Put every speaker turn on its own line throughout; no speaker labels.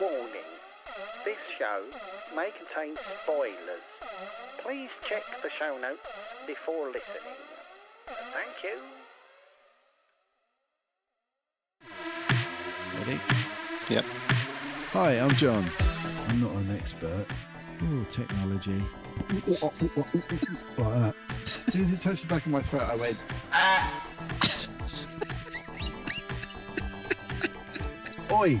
Warning This show may contain spoilers. Please check the show notes before listening. Thank you.
Ready?
Yep.
Hi, I'm John. I'm not an expert. Oh, technology. like that. As soon as it touched the back of my throat, I went, ah! Oi!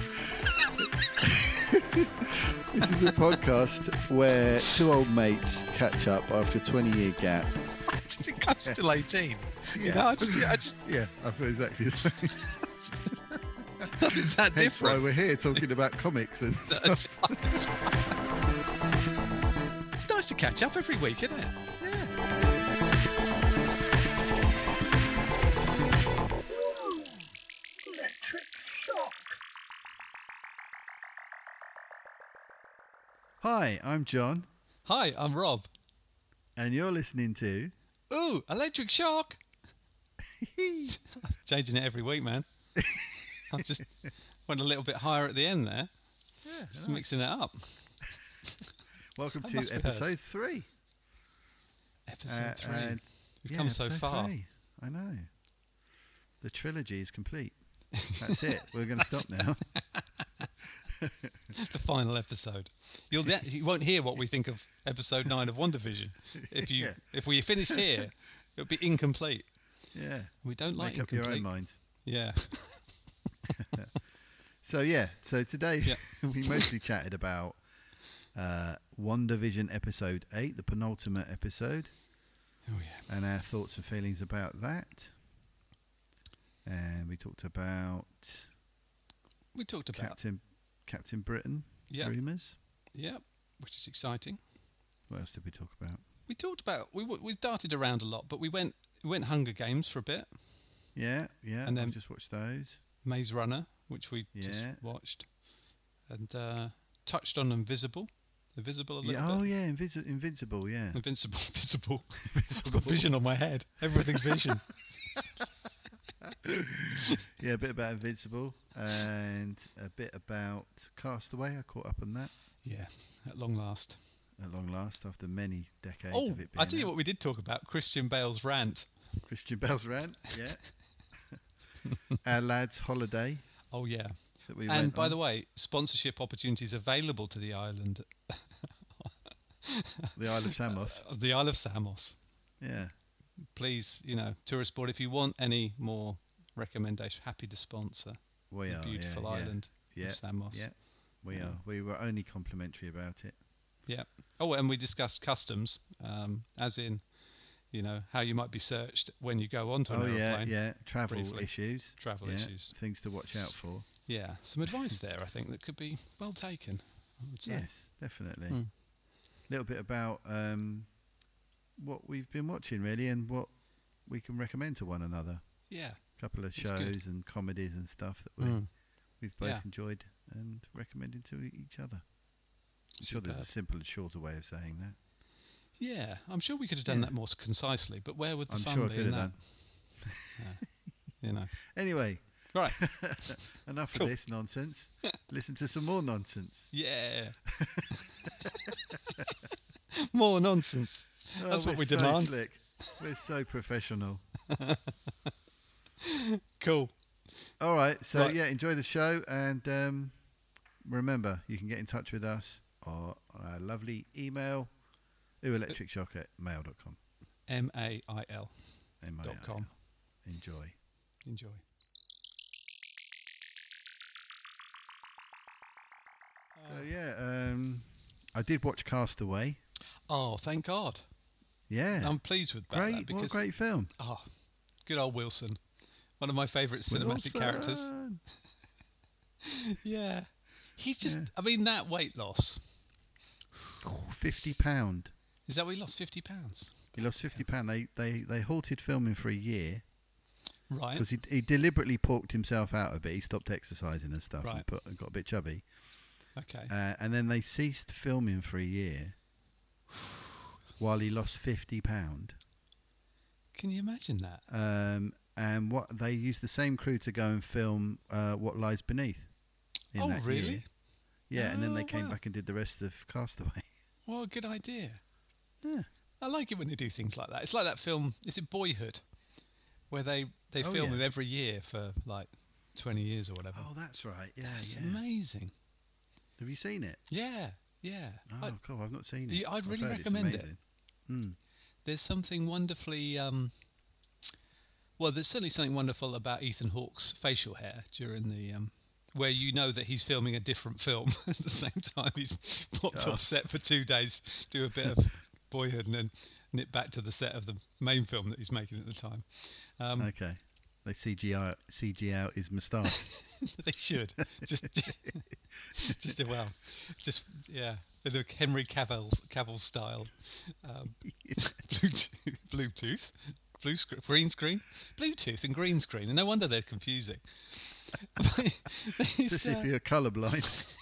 This is a podcast where two old mates catch up after a 20 year gap.
I think I'm still 18. You know, I just, I just,
Yeah, I feel exactly the same.
nothing's that
That's why
different.
we're here talking about comics and stuff.
it's nice to catch up every week, isn't it?
Yeah. Hi, I'm John,
Hi, I'm Rob.
and you're listening to.
Ooh, electric shock. Changing it every week, man. I just went a little bit higher at the end there. Just mixing it up.
Welcome
That
to
must be
episode
us.
three.
Episode
Uh,
three.
and-
We've
Yeah,
come so
episode
far.
three. I know. The trilogy is complete. That's it. We're going to stop now.
The final episode. You'll ne- you won't hear what we think of episode nine of One Division. If you
Yeah.
if we finished here, it'll be incomplete.
Yeah.
We don't like
Make up your
incomplete.
own mind.
Yeah.
So yeah, so today
Yeah.
we mostly chatted about uh, One Division episode eight, the penultimate episode,
Oh yeah.
and our thoughts and feelings about that. And we talked about
We talked about
Captain Captain Britain
Yeah.
rumors.
yeah, which is exciting.
What else did we talk about?
We talked about we w- we darted around a lot, but we went we went Hunger Games for a bit.
Yeah, yeah.
And
I
then-
just watched those.
Maze Runner, which we
Yeah.
just watched, and uh, touched on Invisible, Invisible a little
Yeah, oh
bit.
yeah, Invis- Invincible. Yeah,
Invincible, visible. I've got vision on my head. Everything's vision.
yeah. A bit about Invincible and a bit about Castaway. I caught up on that
yeah, at long last.
at long last after many decades
oh,
of it being.
I tell you
out.
what, we did talk about Christian Bale's rant.
Christian Bell's rant, yeah. Our lads' holiday
Oh yeah,
that we
and
went
by
on.
the way, sponsorship opportunities available to the island,
the Isle of Samos.
uh, the Isle of Samos.
Yeah,
Please, you know, tourist board, if you want any more recommendation, happy to sponsor
we
the
are.
beautiful
yeah,
island
Yeah,
of Samos.
yeah, yeah. We
Yeah.
are. We were only complimentary about it.
Yeah. Oh, and we discussed customs, um, as in, you know, how you might be searched when you go onto an
oh yeah,
aeroplane.
yeah. Travel
briefly.
issues.
Travel
yeah,
issues.
Things to watch out for.
Yeah. Some advice there, I think, that could be well taken. I would say.
Yes, definitely. A
Hmm.
little bit about um, what we've been watching really, and what we can recommend to one another.
Yeah.
A couple of
It's good.
shows and comedies and stuff that we
Mm.
we've both
Yeah.
enjoyed and recommended to e-, each other. I'm sure there's a
Superb.
simple and shorter way of saying that.
Yeah. I'm sure we could have done
Yeah.
that more concisely, but where would the
I'm
fun
sure I
be
could
in
have
that?
done.
You know.
Anyway,
Right.
enough
Cool.
of this nonsense. Listen to some more nonsense.
Yeah. more nonsense.
Oh,
That's what
we're
we
so
demand.
Slick. We're so professional.
Cool.
All right, so
Right.
yeah, enjoy the show and um, remember, you can get in touch with us or on our lovely email, ooelectricshock at mail.com.
M A I L
Oh, M-I-L.
dot com.
Enjoy.
Enjoy.
So yeah, um, I did watch Castaway.
Oh, thank God.
Yeah,
I'm pleased with about that
great. What a
because
great film.
Oh, good old Wilson. One of my favourite cinematic characters.
Wilson.
Yeah. He's just,
Yeah.
I mean, that weight loss.
50 pound
Is that where he lost fifty pounds?
He lost fifty pound. They they they halted filming for a year
Right.
because he he deliberately porked himself out a bit. He stopped exercising and stuff
Right.
and, put, and got a bit chubby.
okay.
Uh, and then they ceased filming for a year while he lost fifty pound.
Can you imagine that?
Um, and what they used the same crew to go and film uh, what lies beneath. in
oh,
that
really?
year. Yeah, and then they
Oh,
came
wow.
back and did the rest of Castaway.
Well, good idea.
Yeah.
I like it when they do things like that. It's like that film. Is it Boyhood, where they they
Oh,
film
yeah.
him every year for like twenty years or whatever.
Oh, that's right. Yeah,
That's
yeah.
amazing.
Have you seen it?
Yeah, yeah.
Oh,
I-
cool. I've not seen it.
Yeah, I'd
I've
really
heard it's
recommend it.
amazing. Mm.
there's something wonderfully um, well there's certainly something wonderful about ethan hawke's facial hair during the um, where you know that he's filming a different film at the same time he's popped
Oh.
off set for two days do a bit of boyhood and then nip back to the set of the main film that he's making at the time um,
Okay. They CGI CG out his moustache.
they should just just well just yeah with the henry cavill cavill style um, Bluetooth, Bluetooth, blue screen, green screen, Bluetooth and green screen, and no wonder they're confusing.
Just
it's
if
uh,
you're colourblind.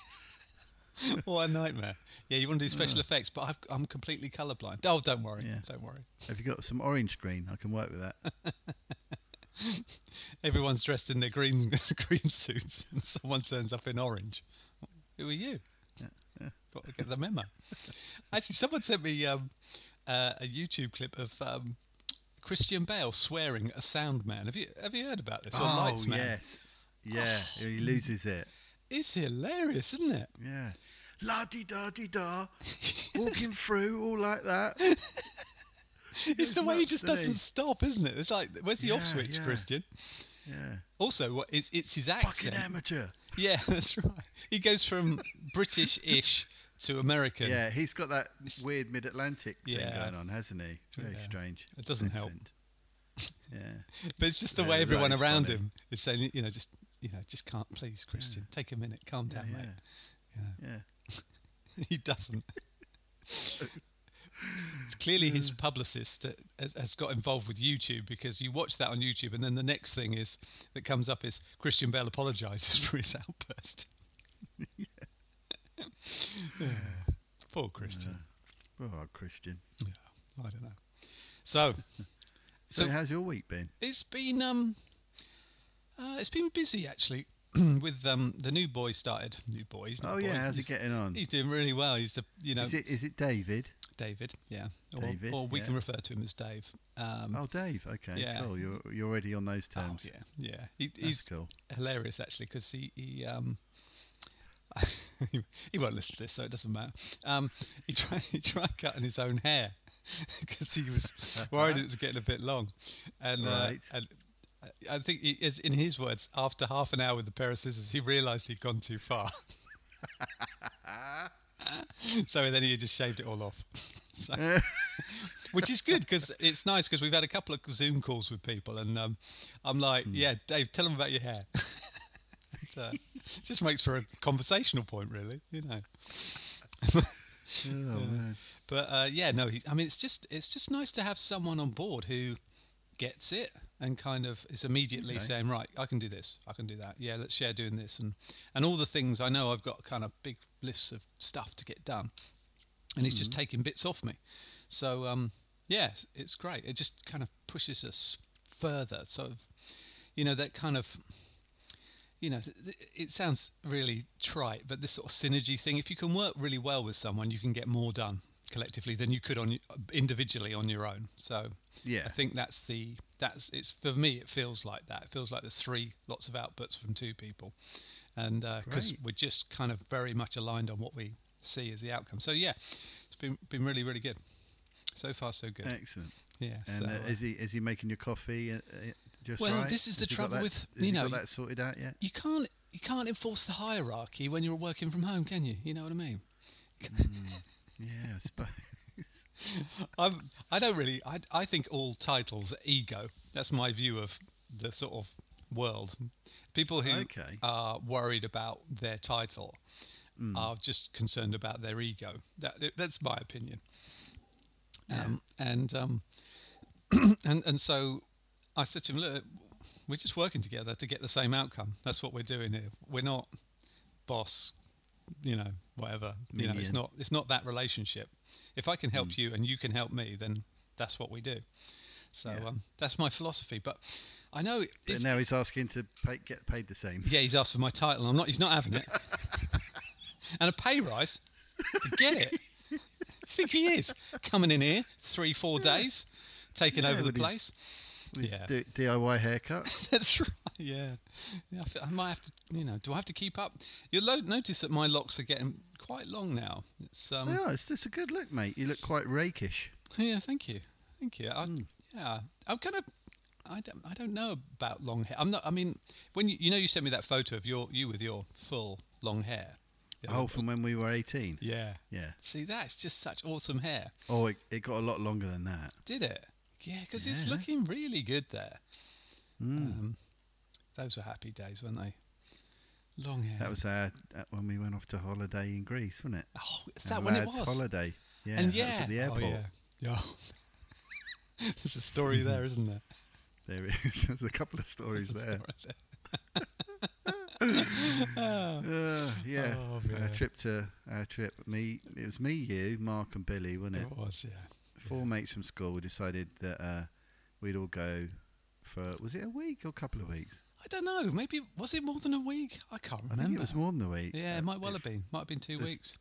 what a nightmare! Yeah, you want to do special effects, but I've, I'm completely colourblind. Oh, don't worry,
Mm. Yeah.
don't worry.
Have you got some orange screen? I can work with that.
Everyone's dressed in their green green suits, and someone turns up in orange. Who are you? Got to get the memo. Actually, someone sent me um, uh, a YouTube clip of um, Christian Bale swearing at a sound man. Have you have you heard about this?
Oh,
Or lights Oh. man?
yes. Yeah, he loses it.
It's hilarious, isn't it?
Yeah. La di da di da. Walking through all like that.
It's the way he
nuts,
just
isn't
doesn't
he?
stop, isn't it? It's like, where's the off
Yeah,
switch,
yeah.
Christian?
Yeah.
Also, what it's it's his
Fucking
accent.
amateur.
yeah, that's right. He goes from British-ish to American.
Yeah, he's got that weird mid Atlantic thing
Yeah.
going on, hasn't he? It's very
Yeah.
strange.
It doesn't help.
help. Yeah.
But it's just the
Yeah,
way
that
everyone
is
around
funny.
him is saying, you know, just you know, just can't please Christian. Take a minute, calm down,
yeah.
mate.
Yeah.
he doesn't. It's clearly his
Mm.
publicist uh, has- has got involved with YouTube because you watch that on YouTube, and then the next thing is that comes up is Christian Bale apologizes for his outburst. Yeah. Poor Christian.
Oh, Christian.
Yeah, I don't know. So
So,
So-
how's your week been?
it's been um, uh, it's been busy actually with um the new boy started. New boy, he's not
Oh
a boy.
yeah, how's he
he's,
getting on?
He's um, doing really well. He's a you know
Is it is it David?
David, yeah. Or,
David,
or we
yeah.
can refer to him as Dave. Um,
Oh, Dave. Okay,
Yeah.
cool. You're you're already on those
oh,
terms.
yeah, yeah. He,
That's
he's
cool.
hilarious actually because he he um, he won't listen to this, so it doesn't matter. Um, he tried he tried cutting his own hair because he was worried it was getting a bit long, and
Right.
uh, and. I- I think, he, as in his words, after half an hour with a pair of scissors, he realised he'd gone too far. so then he just shaved it all off. So- which is good because it's nice because we've had a couple of Zoom calls with people, and um, I'm like, yeah, Dave, tell them about your hair. it, uh, just makes for a conversational point, really, you know.
Oh man.
But uh, yeah, no, he, I mean, it's just it's just nice to have someone on board who gets it and kind of is immediately
Okay.
saying, right, I can do this, I can do that. Yeah, let's share doing this and and all the things I know I've got kind of big lists of stuff to get done, and he's
Mm-hmm.
just taking bits off me. So um, yeah, it's- it's great. It just kind of pushes us further. Sort of, you know, that kind of you know, th- th- it sounds really trite, but this sort of synergy thing, if you can work really well with someone, you can get more done collectively than you could on y- individually on your own. So
Yeah.
I think that's the that's it's for me it feels like that. It feels like there's three lots of outputs from two people. And because
Great.
we're just kind of very much aligned on what we see as the outcome. So yeah, it's been been really really good. So far so good.
Excellent.
yeah.
And
so,
uh,
uh,
is he is he making your coffee uh, uh, just
Well,
right?
this is the
Has he got
trouble
that-
with,
has
you
he
know,
got that sorted out yet?
you can't you can't enforce the hierarchy when you're working from home, can you? You know what I mean?
Yeah, I suppose.
I'm, I don't really. I, I think all titles are ego. That's my view of the sort of world. People who
Okay.
are worried about their title are just concerned about their ego. That, that's my opinion. Um, And um, and and so I said to him, look, we're just working together to get the same outcome. That's what we're doing here. We're not boss, you know, whatever. You know,
Minion.
it's not it's not that relationship. If I can
Mm.
help you and you can help me, then that's what we do. So
Yeah.
um, that's my philosophy. But I know
But
it's,
now he's asking to pay, get paid the same.
yeah, he's asked for my title. I'm not. He's not having it. and a pay rise. Get it? I think he is coming in here three, four days, taking
Yeah,
over the
with his-
place.
With
Yeah.
D- DIY haircut.
That's right. Yeah, yeah I, fe- I might have to. You know, do I have to keep up? You'll lo- notice that my locks are getting quite long now. It's um.
yeah, it's just a good look, mate. You look quite rakish.
Yeah, thank you, thank you. I, Yeah, I'm kind of. I don't, I don't know about long hair. I'm not. I mean, when you, you know, you sent me that photo of your you with your full long hair. Yeah.
Oh, from when we were 18.
Yeah.
Yeah.
See, that's just such awesome hair.
Oh, it, it got a lot longer than that.
Did it? Yeah, because it's
Yeah.
looking really good there. Um, those were happy days, weren't they? Long hair.
That was our, that when we went off to holiday in Greece, wasn't it?
oh, is
Our
that when it
lad's
was?
holiday. Yeah,
and
that
yeah,
was at the
Oh,
airport.
yeah. yeah. There's a story there, isn't there?
There is. There's a couple of stories
There's a
there.
story there.
Uh, yeah.
Oh,
our
man.
trip to our trip. Me, it was me, you, Mark, and Billy, wasn't it?
It was, Oh, yeah.
Four mates from school. We decided that uh, we'd all go for was it a week or a couple of weeks?
I don't know. Maybe was it more than a week? I can't
I
remember.
think it was more than a week.
yeah,
Uh,
it might well
if-
have been. Might have been two
there's-
weeks.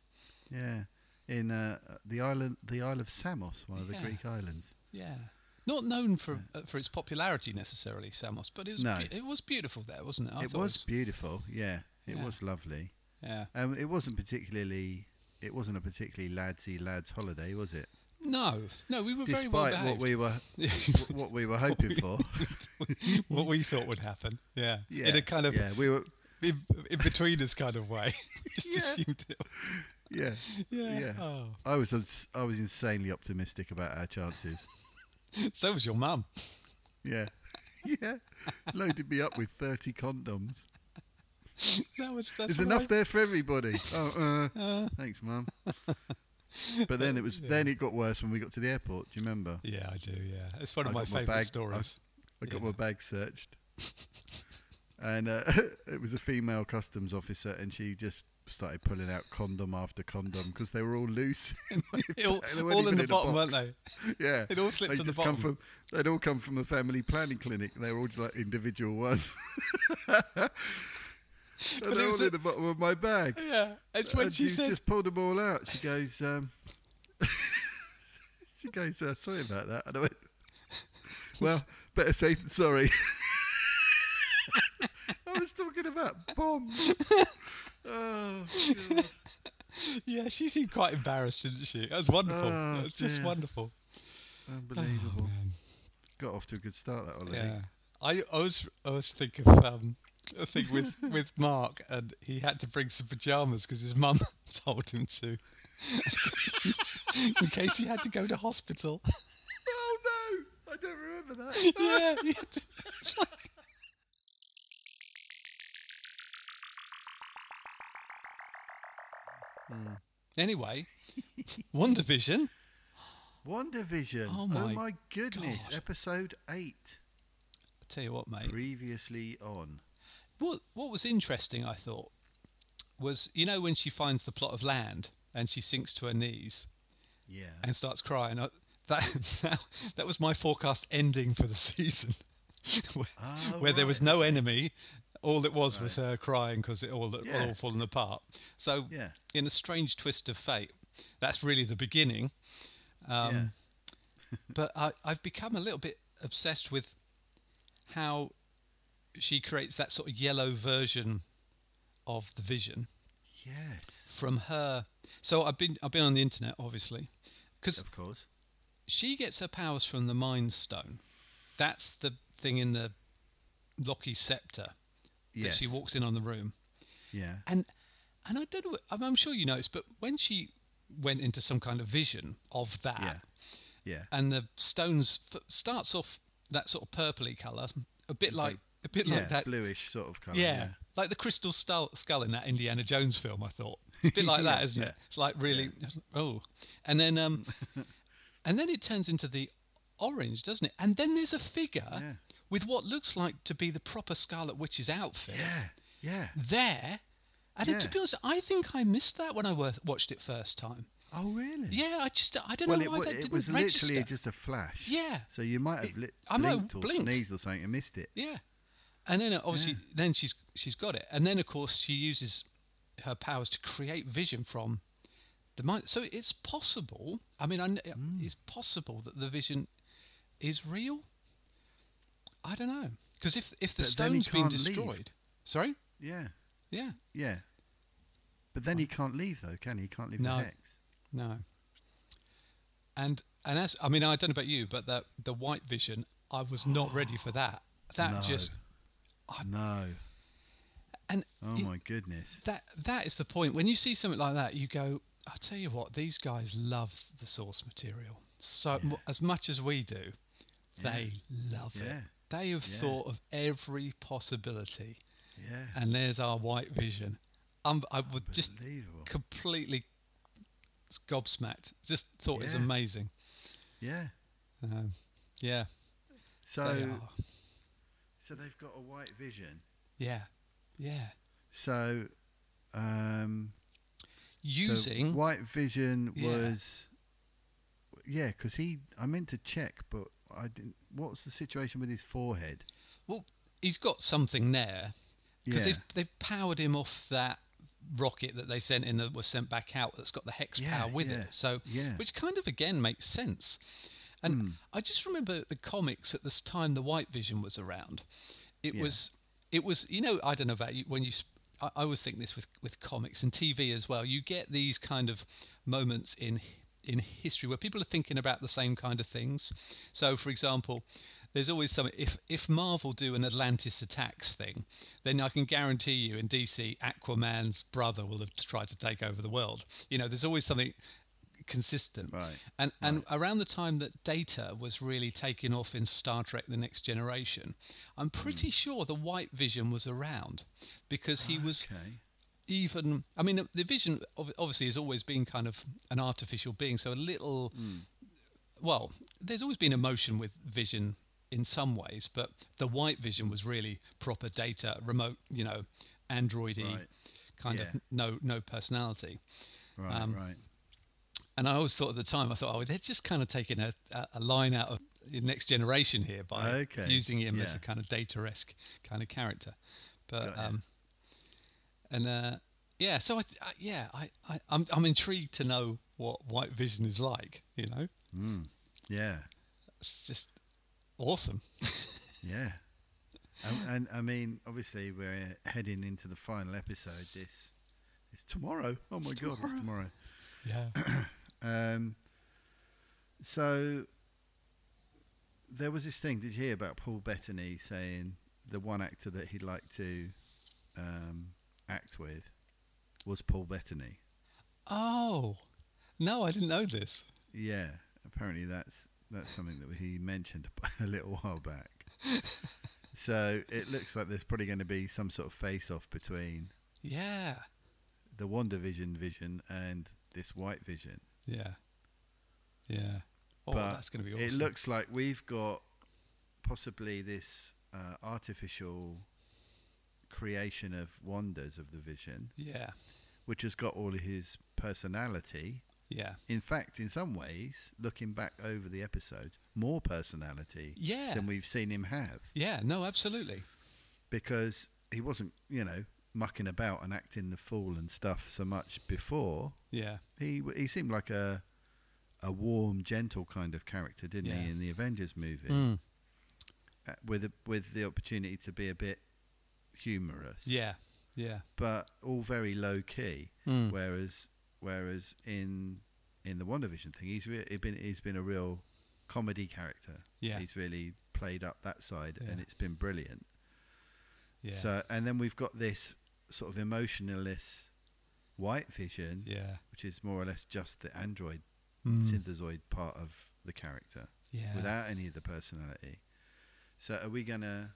Yeah, in uh, the island, the Isle of Samos, one of the
Yeah.
Greek islands.
Yeah. Not known for uh, for its popularity necessarily, Samos, but it was
No.
beau- it was beautiful there, wasn't Oh, it? I
it
thought
was beautiful. Yeah, it
Yeah.
was lovely.
yeah.
Um, it wasn't particularly. It wasn't a particularly ladsy lads holiday, was it?
No, no, we were very well
Despite what
behaved.
we were, wh- what we were hoping for.
what we thought would happen, yeah,
Yeah,
in a kind of
yeah, we were
in, in between us kind of way. Just
Yeah.
assumed it.
yeah.
Yeah.
Yeah.
Oh.
I was ins- I was insanely optimistic about our chances.
So was your mum.
Yeah, yeah. Loaded me up with thirty condoms.
That was that's
There's
all
enough
right.
there for everybody. Oh, uh, thanks, mum. But then it was then it got worse when we got to the airport. Do you remember?
Yeah, I do. Yeah, it's one
I
of my
got my
favourite
bag- I-
stories.
I got
Yeah.
my bag searched, and uh, it was a female customs officer, and she just started pulling out condom after condom because they were all loose. in my
It all
bag. They weren't
all in
even
the
a
bottom, weren't
box.
they?
Yeah,
It all slipped
they
to the
just come
bottom.
from. They'd all come from a family planning clinic. They were all just like individual ones. and
it
they're
was
all
the-
in the bottom of my bag.
Yeah, it's when
and
she
she's
said,
just pulled them all out. She goes, um, she goes, uh, sorry about that. And I went, well, better safe than sorry. I was talking about bombs. Oh, God.
"Yeah, she seemed quite embarrassed, didn't she?" That was wonderful.
Oh,
that was just
dear.
wonderful.
unbelievable. Got off to a good start that holiday.
Yeah, I, I was I was thinking of um, a thing with with Mark, and he had to bring some pajamas because his mum told him to, in case he had to go to hospital.
Oh no, I don't remember that.
yeah, he had to-
Hmm.
Anyway, One Division.
Wonder Vision.
Oh
Oh
my
my, goodness.
God.
Episode eight.
I tell you what, mate.
Previously on.
What what was interesting, I thought, was you know when she finds the plot of land and she sinks to her knees
Yeah.
and starts crying. I, that that was my forecast ending for the season, where,
Ah,
where there
right,
was no enemy. All it was was
Right.
her crying because it all it
Yeah.
all fallen apart. So,
Yeah.
in a strange twist of fate, that's really the beginning. Um,
yeah.
but I, I've become a little bit obsessed with how she creates that sort of yellow version of the vision
Yes.
from her. So I've been I've been on the internet obviously because
Of course.
she gets her powers from the Mind Stone. That's the thing in the Loki scepter that
Yes.
she walks in on the room
Yeah.
and and I don't know. I'm, I'm sure you noticed, but when she went into some kind of vision of that,
Yeah. Yeah.
and the stones f- starts off that sort of purpley color, a bit like a bit
yeah.
like that.
Bluish sort of colour.
yeah, like the crystal skull, skull in that Indiana Jones film. I thought it's a bit like
Yeah,
that, isn't
yeah.
it? It's like really oh, and then um, And then it turns into the orange, doesn't it? And then there's a figure
Yeah.
with what looks like to be the proper Scarlet Witch's outfit
Yeah. Yeah.
there. And
Yeah.
to be honest, I think I missed that when I wa- watched it first time.
Oh, really?
Yeah, I just I don't
Well,
know
it,
why
wa-
that
it
didn't
was
register.
literally just a flash.
Yeah.
So you might have li-
I might have
blinked or
blinked.
sneezed or something and missed it.
Yeah, and then uh, obviously then she's she's got it, and then of course she uses her powers to create vision from the mind. So it's possible. I mean, I, kn- uh,
Mm.
it's possible that the vision is real. I don't know because if if the
But then he
stone's been
can't leave.
destroyed, sorry,
Yeah.
yeah,
Yeah. But then he can't leave though, can he? He can't leave
No.
the hex.
No. And and as I mean, I don't know about you, but the the white vision, I was not ready for that. That
No.
just
No.
and
Oh
it-
my goodness.
that that is the point. When you see something like that, you go, I tell you what, these guys love the source material so mu as much as we do. They love it.
Yeah.
They have
Yeah.
thought of every possibility,
Yeah.
and there's our white vision. Um, I would just
Unbelievable.
completely gobsmacked. Just thought it was
Yeah.
amazing.
Yeah.
Um, yeah. They
So
are.
so they've got a white vision.
Yeah. Yeah.
So um so
Using
white vision
Yeah.
was yeah, because he I meant to check, but I didn't. What's the situation with his forehead?
well, he's got something there because
Yeah,
they've they've powered him off that rocket that they sent in that was sent back out that's got the hex
Yeah,
power with
yeah,
it. So
yeah.
which kind of again makes sense. And
Hmm.
I just remember the comics at this time the White Vision was around. It
Yeah.
was it was you know I don't know about you when you. sp- I I always think this with, with comics and TV as well. You get these kind of moments in in history where people are thinking about the same kind of things. So, for example, there's always some if if Marvel do an Atlantis attacks thing, then I can guarantee you in DC, Aquaman's brother will have tried to take over the world. You know, there's always something consistent.
Right,
And and around the time that Data was really taking off in Star Trek: The Next Generation, I'm
Hmm.
pretty sure the White Vision was around because he was
okay.
even. I mean, the Vision ob- obviously has always been kind of an artificial being, so a little.
Hmm.
Well, there's always been emotion with Vision in some ways, but the White Vision was really proper Data, remote, you know, androidy
Right.
kind
Yeah.
of no no personality.
Right,
Um,
right.
And I always thought at the time, I thought, oh, they're just kind of taking a, a, a line out of the next generation here by
Okay,
using him as
yeah.
a kind of data esque kind of character.
Got
But,
ya.
um, and, uh, yeah, so I, I yeah, I, I, I'm, I'm intrigued to know what White Vision is like, you know?
Yeah,
It's just awesome.
yeah. and, and I mean, obviously, we're heading into the final episode. This it's tomorrow. Oh my god, it's tomorrow.
Yeah.
Um, so there was this thing. Did you hear about Paul Bettany saying the one actor that he'd like to um, act with was Paul Bettany?
oh, no, I didn't know this.
Yeah, apparently that's that's something that he mentioned a little while back. so it looks like there's probably going to be some sort of face-off between
Yeah.
the Wonder Vision vision and this White Vision.
Yeah. Yeah. Oh,
but
that's going to be awesome.
It looks like we've got possibly this uh, artificial creation of wonders of the vision,
Yeah.
which has got all of his personality.
Yeah.
In fact, in some ways, looking back over the episodes, more personality
Yeah.
than we've seen him have
Yeah. No, absolutely.
because he wasn't, you know, mucking about and acting the fool and stuff so much before.
Yeah.
He he seemed like a a warm, gentle kind of character, didn't
Yeah.
he, in the Avengers movie?
Mm.
uh, with a, with the opportunity to be a bit humorous.
Yeah, yeah,
but all very low key.
Mm.
Whereas whereas in in the WandaVision thing, he's re- he's been he's been a real comedy character.
Yeah.
he's really played up that side, and
Yeah.
it's been brilliant.
yeah,
So and then we've got this sort of emotionless White Vision,
yeah,
which is more or less just the android
Mm.
synthesoid part of the character
yeah.
without any of the personality. So are we gonna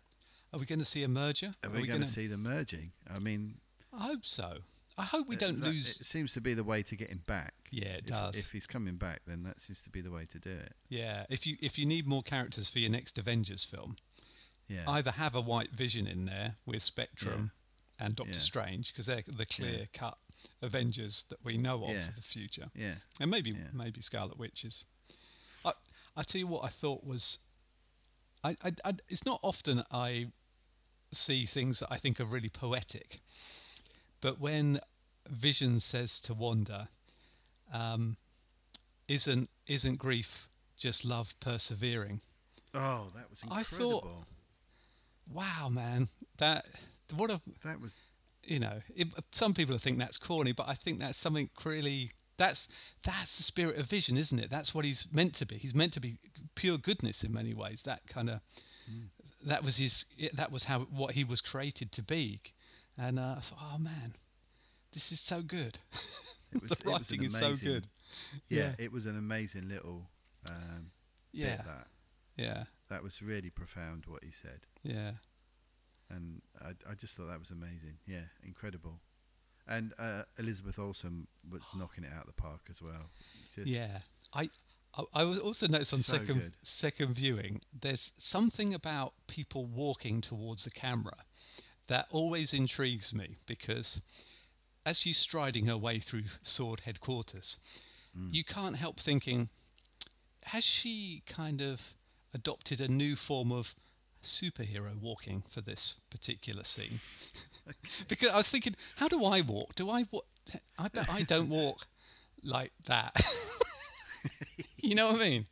Are we going to see a merger?
Are we, going to see the merging? I mean, uh,
I hope so. I hope we
it-
don't
that-
lose.
It seems to be the way to get him back.
Yeah, it
If-
does.
If he's coming back, then that seems to be the way to do it.
yeah, if you if you need more characters for your next Avengers film,
Yeah.
either have a White Vision in there with Spectrum and Doctor
Yeah.
Strange because they're the clear cut Avengers that we know of
Yeah.
for the future,
yeah.
and maybe
Yeah.
maybe Scarlet Witches. I I tell you what I thought was, I, I, I it's not often I see things that I think are really poetic, but when Vision says to Wanda, um, "Isn't isn't grief just love persevering?"
Oh, that was
I
incredible.
thought- Wow, man, that what a
that was
you know, it, some people think that's corny, but I think that's something really that's that's the spirit of vision, isn't it? That's what he's meant to be. He's meant to be pure goodness in many ways. That kind of that was his that was how what he was created to be. And uh, I thought, oh man, this is so good.
it was. it
the
was an
writing is so
amazing-
good.
Yeah,
Yeah.
it was an amazing little um, bit.
Yeah,
of That
yeah,
that was really profound what he said,
yeah,
and I, I just thought that was amazing. Yeah, incredible. And uh, Elizabeth Olsen was knocking it out of the park as well. Just,
yeah. I. I- I was also noticed on
So
second
good.
second viewing, there's something about people walking towards the camera that always intrigues me because as she's striding her way through Sword headquarters,
Hmm.
you can't help thinking, has she kind of adopted a new form of superhero walking for this particular scene? because I was thinking, how do I walk? Do I walk? I bet I don't walk like that. you know what I mean?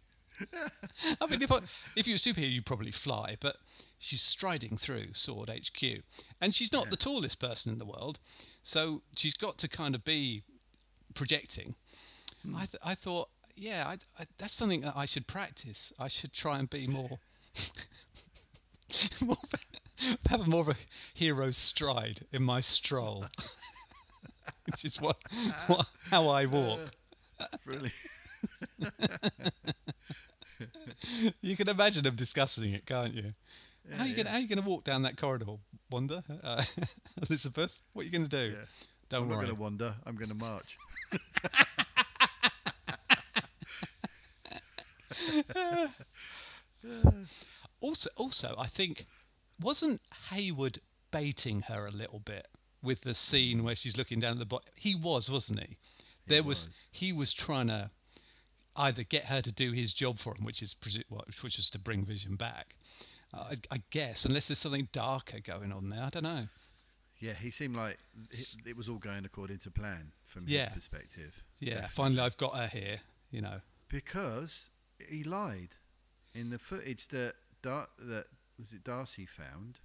I mean, if I, if you were a superhero, you'd probably fly, but she's striding through Sword HQ, and she's not the tallest person in the world, so she's got to kind of be projecting. I th- I thought, yeah, I, I, that's something that I should practice. I should try and be more, more of a- have more of a hero's stride in my stroll, which is what, what how I walk.
brilliant.
You can imagine them discussing it, can't you? how you gonna how you gonna walk down that corridor, Wanda, uh, Elizabeth? What are you gonna do?
Yeah.
Don't
I'm not
worry.
going to wander. I'm going to march.
Also, also, I think wasn't Hayward baiting her a little bit with the scene where she's looking down at the bottom? He was, wasn't he? There was.
was.
he was trying to either get her to do his job for him, which is presu- well, which was to bring Vision back. I, I guess, unless there's something darker going on there, I don't know.
Yeah, he seemed like it, it was all going according to plan from
Yeah.
his perspective.
Yeah, finally, I've got her here. You know,
because he lied in the footage that Dar- that was it Darcy found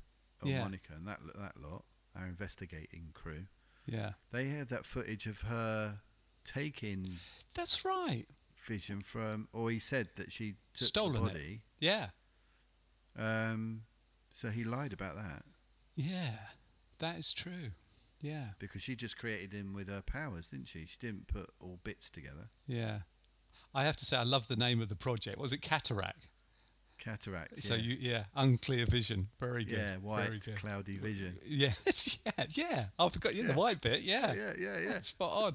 or
Yeah.
Monica and that that lot our investigating crew
yeah,
they had that footage of her taking
that's right.
vision from or he said that she took
Stolen
the
it.
body
Yeah,
um so he lied about that
yeah, that is true. Yeah,
because she just created him with her powers didn't she she didn't put all bits together
yeah. I have to say, I love the name of the project. Was it Cataract?
cataract
So
yeah.
you, yeah, unclear vision. Very good.
yeah
Very
white
good.
cloudy vision
Yes, yeah, yeah. I forgot you yeah. the
Yeah.
white bit. Yeah,
yeah yeah yeah
that's spot on.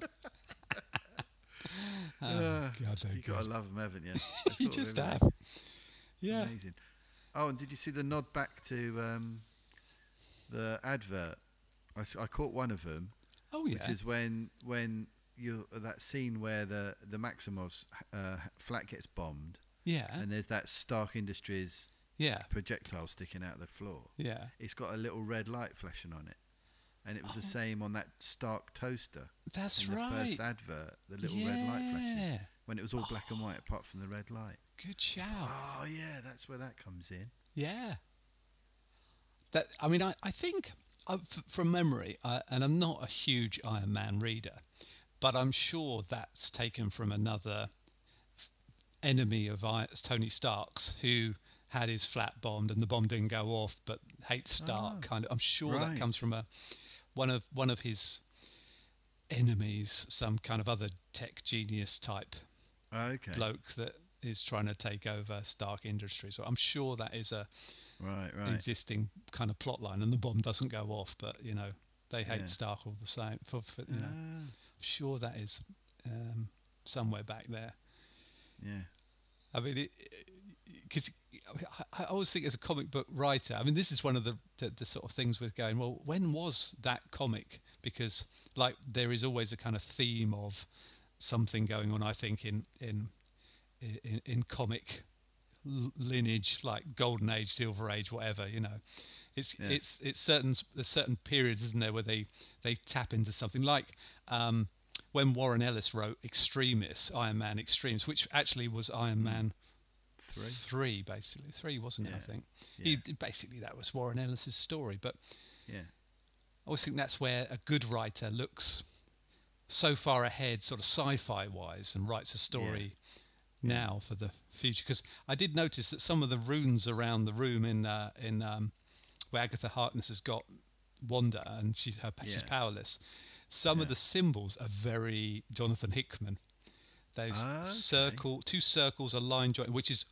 Oh,
Ah,
God, they're
you gotta love them haven't you
you
That's what
just
they were.
have. Yeah.
Amazing. Oh, and did you see the nod back to um, the advert? I, s- I caught one of them,
Oh yeah.
which is when when you that scene where the the Maximov's uh, flat gets bombed,
yeah.
and there's that Stark Industries
yeah.
projectile sticking out the floor.
Yeah.
It's got a little red light flashing on it, and it was the same on that Stark toaster.
Oh. That's
in the
right.
first advert, the little red light flashing
Yeah.
when it was all black and white apart from the red light.
Good shout.
Oh yeah, that's where that comes in.
Yeah. That I mean, I, I think I, f- from memory, I, and I'm not a huge Iron Man reader, but I'm sure that's taken from another f- enemy of I, Tony Stark's who had his flat bombed and the bomb didn't go off, but hates Stark. kind of, I'm sure that
right.
comes from a one of one of his enemies, some kind of other tech genius type
Okay,
bloke that is trying to take over Stark Industries. So I'm sure that is a
right, right.
existing kind of plot line and the bomb doesn't go off but you know they hate
Yeah. Uh.
uh, stark all the same for, for you know i'm sure that is um, somewhere back there.
Yeah.
I mean, because I, I always think as a comic book writer, I mean, this is one of the, the, the sort of things with going, well, when was that comic? Because like there is always a kind of theme of something going on. I think in in in, in comic l- lineage, like Golden Age, Silver Age, whatever. You know, it's
Yeah.
it's it's certain there's certain periods, isn't there, where they they tap into something like. Um, when Warren Ellis wrote Extremis, Iron Man Extremes, which actually was Iron
Hmm.
Man
Three.
three basically three wasn't it i
Yeah.
think
Yeah.
he, basically that was warren ellis's story but
Yeah.
i always think that's where a good writer looks so far ahead sort of sci-fi wise and writes a story now for the future because i did notice that some of the runes around the room in uh, in um, where agatha harkness has got wanda and she's her she's
Yeah.
powerless some of the symbols are very jonathan hickman those
Ah, okay.
circle two circles a line joint which is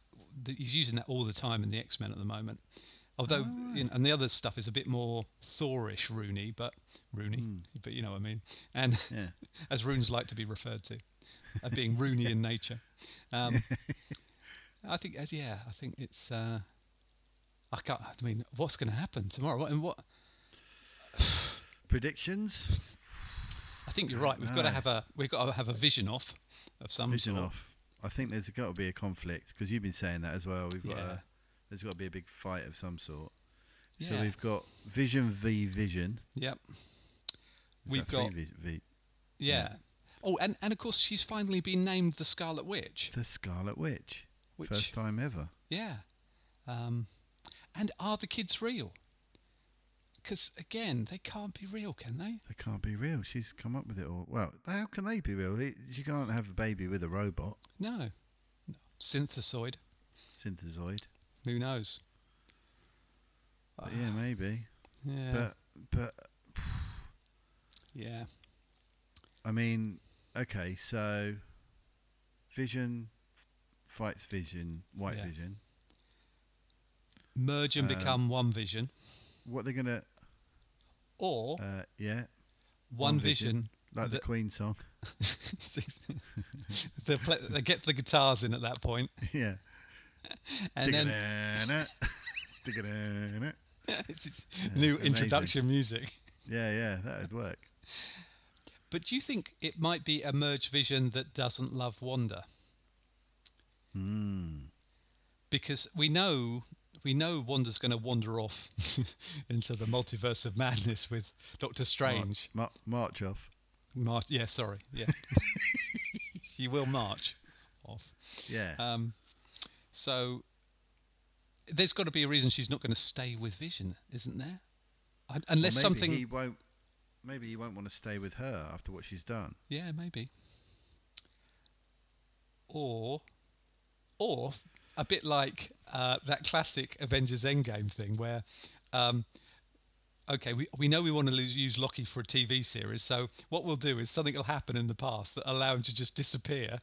th- he's using that all the time in the x-men at the moment although
Ah.
you know, and the other stuff is a bit more thorish rooney but rooney but you know what i mean and
Hmm. Yeah.
as runes like to be referred to as being rooney in nature um, i think as yeah i think it's uh, i can't i mean what's going to happen tomorrow what, and what
Predictions.
i think you're right we've got to
know.
have a we've got to have a vision off of some
Vision
sort.
off. I think there's got to be a conflict because you've been saying that as well. We've got
Yeah.
a, there's got to be a big fight of some sort. So
Yeah.
we've got Vision v Vision.
yep
Is
We've
that three
got-
v, v,
Yeah. Oh, and, and of course she's finally been named the Scarlet Witch.
the Scarlet Witch.
Which-
First time ever.
Yeah. Um, and are the kids real? Because again, they can't be real, can they?
They can't be real. She's come up with it all. Well, how can they be real? It- She can't have a baby with a robot
No. no. Synthesoid.
synthesoid.
Who knows?
But yeah, maybe.
Ah, Yeah.
But but
yeah.
I mean, okay, so Vision fights Vision, White
Yeah.
Vision.
Merge and
Um,
become one vision,
What they're gonna?
or
Uh, yeah,
one,
one
vision.
vision. like the,
The-
Queen song.
they, play, they get the guitars in at that point,
yeah.
and then
Digga-da-na. Digga-da-na.
it's it's new
amazing.
introduction music.
yeah, yeah, that would work.
But do you think it might be a merge vision that doesn't love Wanda?
Hmm.
Because we know we know Wanda's going to wander off into the multiverse of madness with Doctor Strange.
Mar- march off.
March, yeah, sorry, yeah, she will march off.
Yeah.
Um, so there's got to be a reason she's not going to stay with Vision, isn't there? Un-
Or
Unless
maybe
something,
He won't. Maybe he won't want to stay with her after what she's done.
Yeah, maybe. Or, or a bit like uh, that classic Avengers Endgame thing where, um, okay, we, we know we want to lose, use Loki for a TV series, so what we'll do is something will happen in the past that allow him to just disappear,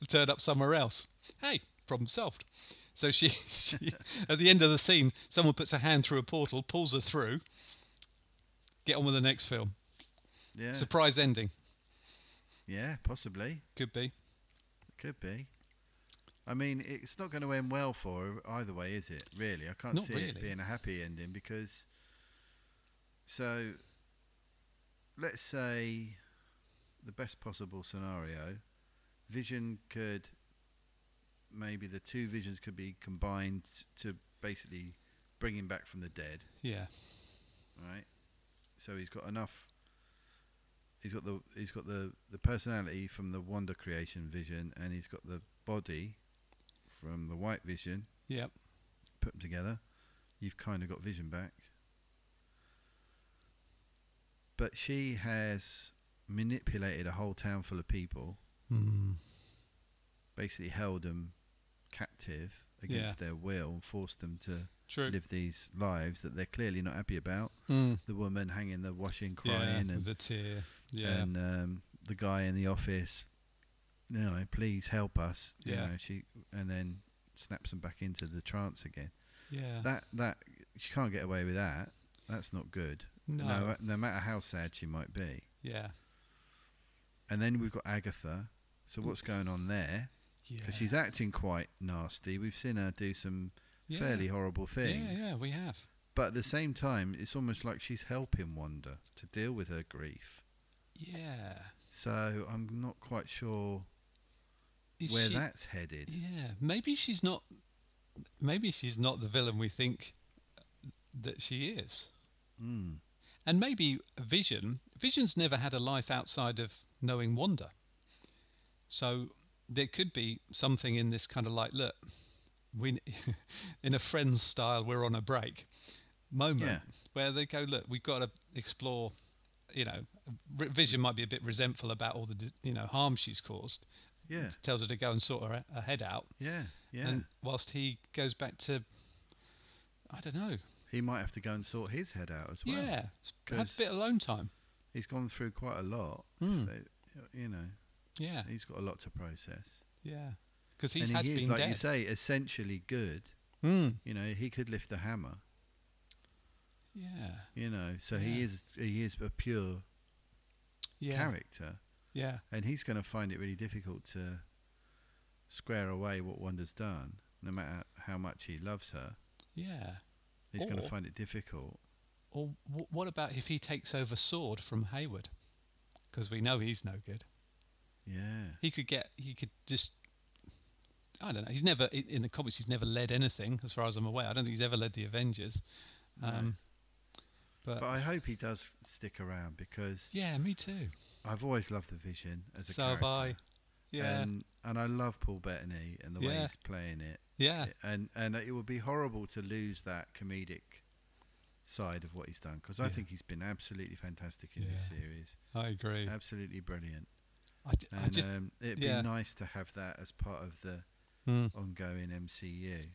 and turn up somewhere else. Hey, problem solved. So she, she, at the end of the scene, someone puts a hand through a portal, pulls her through. Get on with the next film.
Yeah.
Surprise ending.
yeah, possibly.
Could be.
Could be. I mean, it's not going to end well for her either way, is it? Really, I can't
Not
see
really.
it being a happy ending because. So, let's say, the best possible scenario, Vision could. Maybe the two visions could be combined to basically bring him back from the dead,
Yeah.
right? So he's got enough. He's got the he's got the the personality from the Wonder Creation Vision, and he's got the body from the White Vision.
Yep.
Put them together, you've kind of got Vision back. But she has manipulated a whole town full of people, Hmm.
Mm.
basically held them captive against their will and forced them to
True.
live these lives that they're clearly not happy about.
Mm.
The woman hanging, the washing,
Yeah,
crying,
with
and
the tear. Yeah.
and um, the guy in the office, you know, please help us. You
Yeah.
know, she and then snaps them back into the trance again.
yeah.
That that she can't get away with that. That's not good.
No.
uh, no, no matter how sad she might be.
yeah.
And then we've got Agatha, So what's going on there?
Yeah.
Because she's acting quite nasty. We've seen her do some
Yeah.
fairly horrible things.
Yeah, yeah, we have.
But at the same time, it's almost like she's helping Wanda to deal with her grief.
Yeah.
So I'm not quite sure
Is
where
she-
that's headed.
Yeah, maybe she's not. Maybe she's not the villain we think that she is.
Mm.
And maybe Vision. Vision's never had a life outside of knowing Wanda. So there could be something in this kind of like, look, we, in a friend's style, we're on a break moment
Yeah.
where they go, look, we've got to explore. You know, R- Vision might be a bit resentful about all the d- you know harm she's caused.
Yeah,
Tells her to go and sort her, her head out.
yeah, yeah.
And whilst he goes back to, I don't know.
he might have to go and sort his head out as well.
yeah, s- have a
'cause-
bit of alone time.
He's gone through quite a lot.
Mm.
so, you know,
Yeah,
he's got a lot to process.
yeah. Because he
and
has
he is,
been
like
dead.
you say, essentially good.
Mm,
You know, he could lift the hammer.
yeah,
You know, so
Yeah.
he is he is a pure
yeah,
character,
yeah,
and he's going to find it really difficult to square away what Wanda's done, no matter how much he loves her.
yeah.
He's going to
Or-
find it difficult.
Or w- what about if he takes over Sword from Hayward? Because we know he's no good.
Yeah,
He could get. He could just. I don't know. He's never i- in the comics. He's never led anything, as far as I'm aware. I don't think he's ever led the Avengers.
No.
Um, but,
but I hope he does stick around because
yeah, me too.
I've always loved the Vision as a
So
character.
have I. Yeah,
And, and I love Paul Bettany and the way
Yeah.
he's playing it.
yeah.
And and it would be horrible to lose that comedic side of what he's done because I
Yeah.
think he's been absolutely fantastic in this
Yeah.
series.
I agree.
Absolutely brilliant.
I, d- I
And
just,
um, it'd
yeah.
be nice to have that as part of the
mm,
ongoing MCU.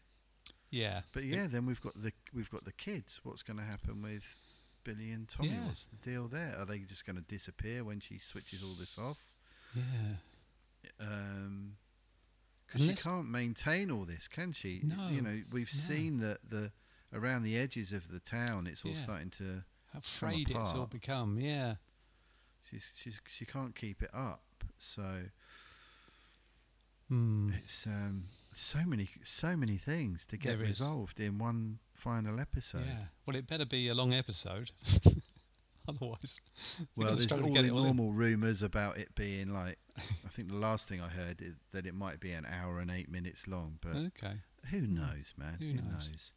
yeah,
But yeah, then we've got the we've got the kids. What's going to happen with Billy and Tommy?
Yeah.
What's the deal there? Are they just going to disappear when she switches all this off?
yeah,
Um 'cause because she
Unless-
can't maintain all this, can she?
No,
You know, we've
no.
seen that the around the edges of the town, it's all
Yeah.
starting to.
how frayed it's all
apart.
become. Yeah,
She's she's she can't keep it up. So
mm,
it's um so many so many things to get
There is.
resolved in one final episode.
yeah. Well, it better be a long episode, otherwise, you're
Well,
gonna
there's
struggle
all
to
the
get it all in.
normal rumours about it being like. I think the last thing I heard is that it might be an hour and eight minutes long, but
Okay,
who knows, man?
Who
Who,
knows?
knows?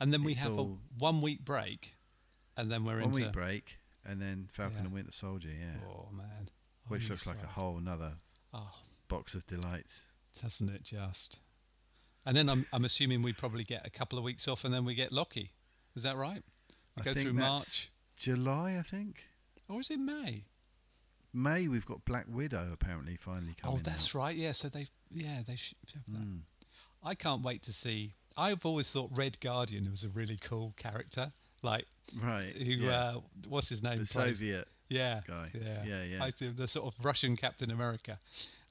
and then we
It's
have
all-
a one week break, and then we're
One
into
week break, and then Falcon
Yeah.
and Winter Soldier, yeah,
oh man,
which
I'm
looks like a
excited.
whole nother
oh,
box of delights.
doesn't it just? And then I'm I'm assuming we probably get a couple of weeks off, and then we get Loki. Is that right? We
I
go
think that's
through March,
July, I think.
or is it May?
May we've got Black Widow apparently finally coming. Hmm.
oh, that's right. Yeah, so they've yeah they should have that. I can't wait to see. I've always thought Red Guardian was a really cool character. Like
right.
who?
yeah.
Uh, what's his name?
the
plays-
Soviet.
yeah,
guy.
Yeah,
Yeah, yeah.
I think the sort of Russian Captain America.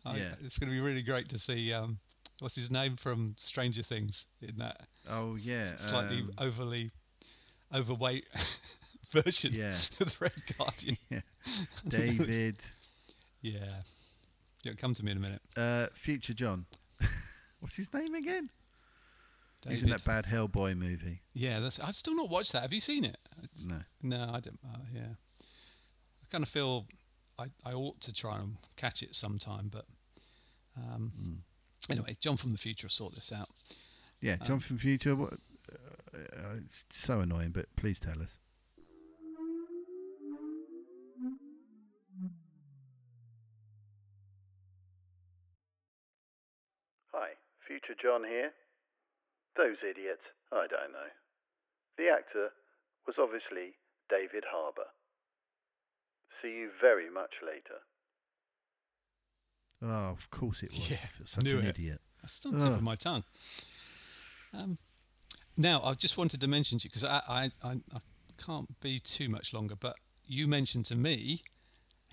I,
Yeah.
it's going to be really great to see. Um, what's his name from Stranger Things in that
Oh yeah,
s- slightly
um,
overly overweight version
Yeah.
of the Red Guardian?
David,
yeah. Yeah, come to me in a minute.
uh, Future John. What's his name again? He's in
David.
that bad Hellboy movie.
Yeah, that's. I've still not watched that. Have you seen it?
No.
No, I don't. Uh, yeah, I kind of feel I, I ought to try and catch it sometime, but um, anyway, John from the future will sort this out.
Yeah, John from Future. What? Uh, uh, it's so annoying, but please tell us.
Hi, Future John here. Those idiots, I don't know. The actor was obviously David Harbour. See you very much later.
Oh, of course it was.
Yeah,
You're such
knew
an
it.
idiot.
That's still on the tip
Ugh.
of my tongue. Um, now, I just wanted to mention to you because I, I, I, I can't be too much longer, but you mentioned to me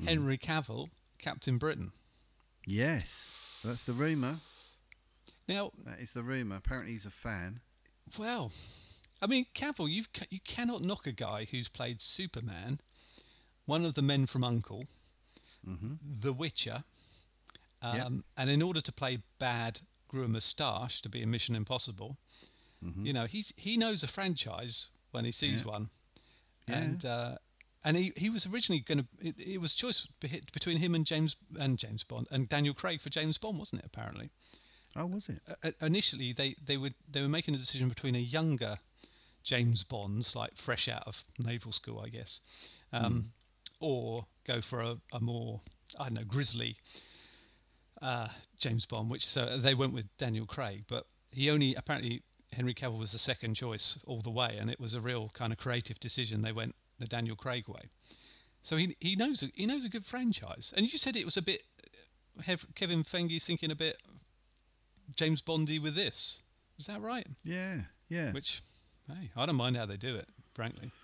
Henry Cavill, Captain Britain.
Yes, that's the rumor.
Now,
That is the rumor. Apparently, he's a fan.
Well, I mean, Cavill, you've ca- you cannot knock a guy who's played Superman, one of the men from Uncle, The Witcher, Um,
Mm-hmm. Yeah.
And in order to play bad, grew a moustache to be in Mission Impossible. You know, he's he knows a franchise when he sees
Mm-hmm. Yeah.
one,
Yeah.
and uh, and he, he was originally going to. It, it was a choice be- between him and James and James Bond and Daniel Craig for James Bond, wasn't it? Apparently,
Oh, was it?
uh, initially they, they were they were making a decision between a younger James Bond's like fresh out of naval school, I guess, um, or go for a, a more I don't know grizzly uh, James Bond, which so they went with Daniel Craig, but he only apparently Henry Cavill was the second choice all the way, and it was a real kind of creative decision. They went the Daniel Craig way, so he he knows he knows a good franchise, and you said it was a bit. uh, Hev- Kevin Feige's thinking a bit James Bondy with this. Is that right?
Yeah, yeah.
Which, hey, I don't mind how they do it, frankly.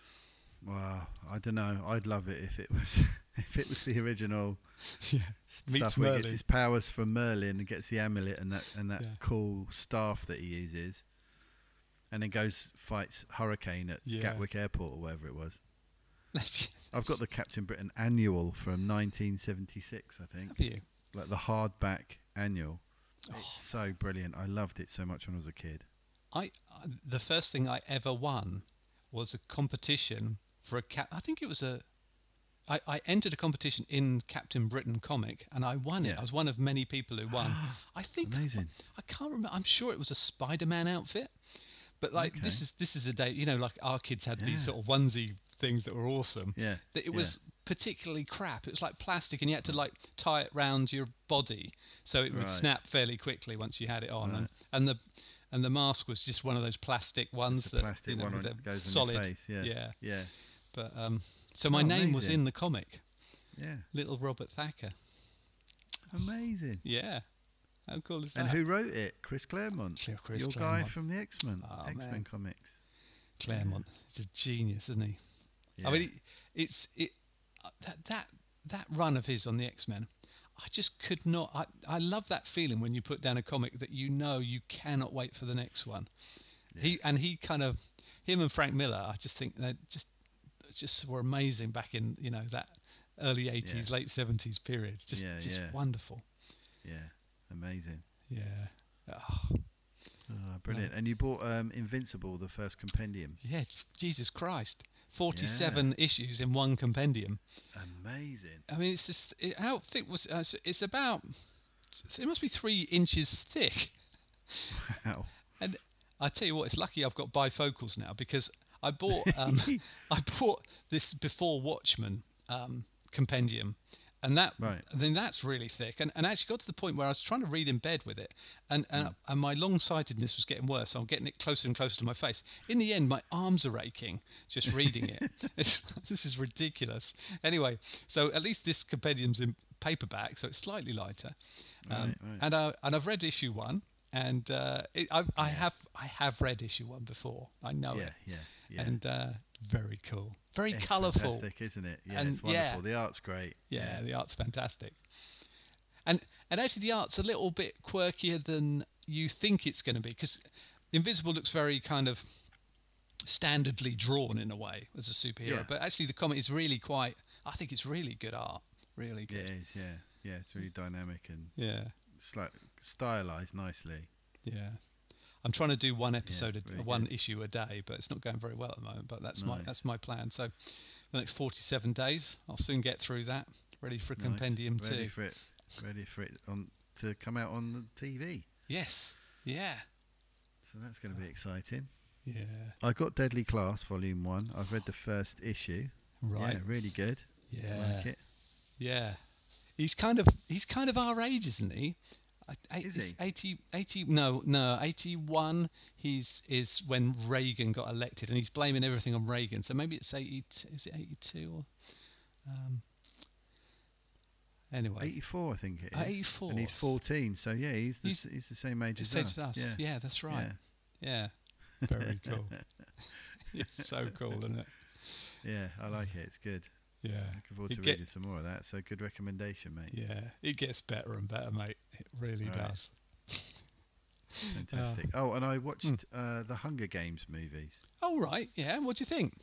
Well, I don't know. I'd love it if it was if it was the original
Yeah. Meets
stuff where he gets
Merlin.
his powers from Merlin and gets the amulet and that and that
Yeah.
cool staff that he uses, and then goes fights Hurricane at
Yeah.
Gatwick Airport or wherever it was. I've got the Captain Britain annual from 1976, I think,
Have you?
like the hardback annual.
Oh.
It's so brilliant. I loved it so much when I was a kid.
I, I the first thing I ever won was a competition for a cap. I think it was a. I, I entered a competition in Captain Britain comic and I won it.
Yeah.
I was one of many people who won. I think I-
Amazing.
I can't remember. I'm sure it was a Spider-Man outfit, but like this
Okay.
is this is the day you know like our kids had these
Yeah.
sort of onesie things that were awesome.
Yeah,
that it
yeah.
was particularly crap. It was like plastic, and you had to like tie it round your body so it would
Right.
snap fairly quickly once you had it on. And, and the and the mask was just one of those plastic ones
The
that
plastic
you know,
one
with
on,
the
goes
solid.
on your face. Yeah,
yeah.
yeah,
But um, so my
Oh,
name was
amazing.
in the comic,
yeah.
Little Robert Thacker.
Amazing.
Yeah, how cool is that?
And who wrote it? Chris Claremont.
Clear- Chris
your
Claremont.
guy from the X Men,
Oh,
X Men
man.
comics.
Claremont. He's a genius, isn't he? I
Yeah.
mean, it- it's it uh, that that that run of his on the X Men. I just could not. I I love that feeling when you put down a comic that you know you cannot wait for the next one. He and he kind of him and Frank Miller. I just think they just just were amazing back in you know that early eighties, late seventies period. Just
Yeah,
just
yeah.
wonderful.
yeah, amazing.
Yeah. Oh,
Oh, brilliant. And you bought um, Invincible, the first compendium.
yeah. Jesus Christ. Forty-seven issues in one compendium.
Amazing.
I mean, it's just it, how thick was uh, so it's about. It must be three inches thick.
Wow.
And I tell you what, it's lucky I've got bifocals now because I bought um, I bought this before Watchmen um, compendium, and that
Right.
then that's really thick. And and I actually got to the point where I was trying to read in bed with it, and and,
Mm.
and my long sightedness was getting worse. So I'm getting it closer and closer to my face. In the end, my arms are aching just reading it. it's, this is ridiculous. Anyway, so at least this compendium's in paperback, so it's slightly lighter. Um, And I and I've read issue one, and uh, it, I, I have I have read issue one before. I know
Yeah,
it.
yeah, yeah.
And uh, very cool, very
It's
colourful.
fantastic, isn't it? Yeah,
And
it's wonderful.
yeah.
The art's great.
Yeah, the art's fantastic. And and actually, the art's a little bit quirkier than you think it's going to be because Invincible looks very kind of standardly drawn in a way as a superhero,
Yeah.
but actually the comic is really quite. I think it's really good art. Really
Yeah,
good.
it is. Yeah, yeah. It's really dynamic and
Yeah.
slight stylized nicely.
Yeah. I'm trying to do one episode, a,
really
one issue a day, but it's not going very well at the moment. But that's my
Nice.
that's my plan. So, the next 47 days, I'll soon get through that. Ready for a
Nice.
compendium
Ready
too.
for it. Ready for it on to come out on the TV.
Yes. Yeah.
So that's going to
Ah.
be exciting.
Yeah.
I got Deadly Class Volume One. I've read the first issue.
Right.
Yeah, really good.
Yeah.
Like it.
Yeah. He's kind of he's kind of our age, isn't he? I- I-
Is
it's
he?
80, 80 no no 81 he's is when Reagan got elected and he's blaming everything on Reagan so maybe it's 80 is it 82 or um anyway
84, I think it is.
84.
And he's 14, so yeah, he's the,
He's-
he's, he's the same age
It's
as
said
us.
to us. Yeah. that's right. Yeah. Very cool. it's so cool, isn't it?
yeah. Yeah, I like it. It's good.
Yeah.
Looking forward
It
to
get-
reading some more of that. So good recommendation, mate.
Yeah. It gets better and better, mate. It really
Right.
does.
Fantastic. oh, and I watched
Hmm.
uh, the Hunger Games movies.
All right. Yeah. What do you think?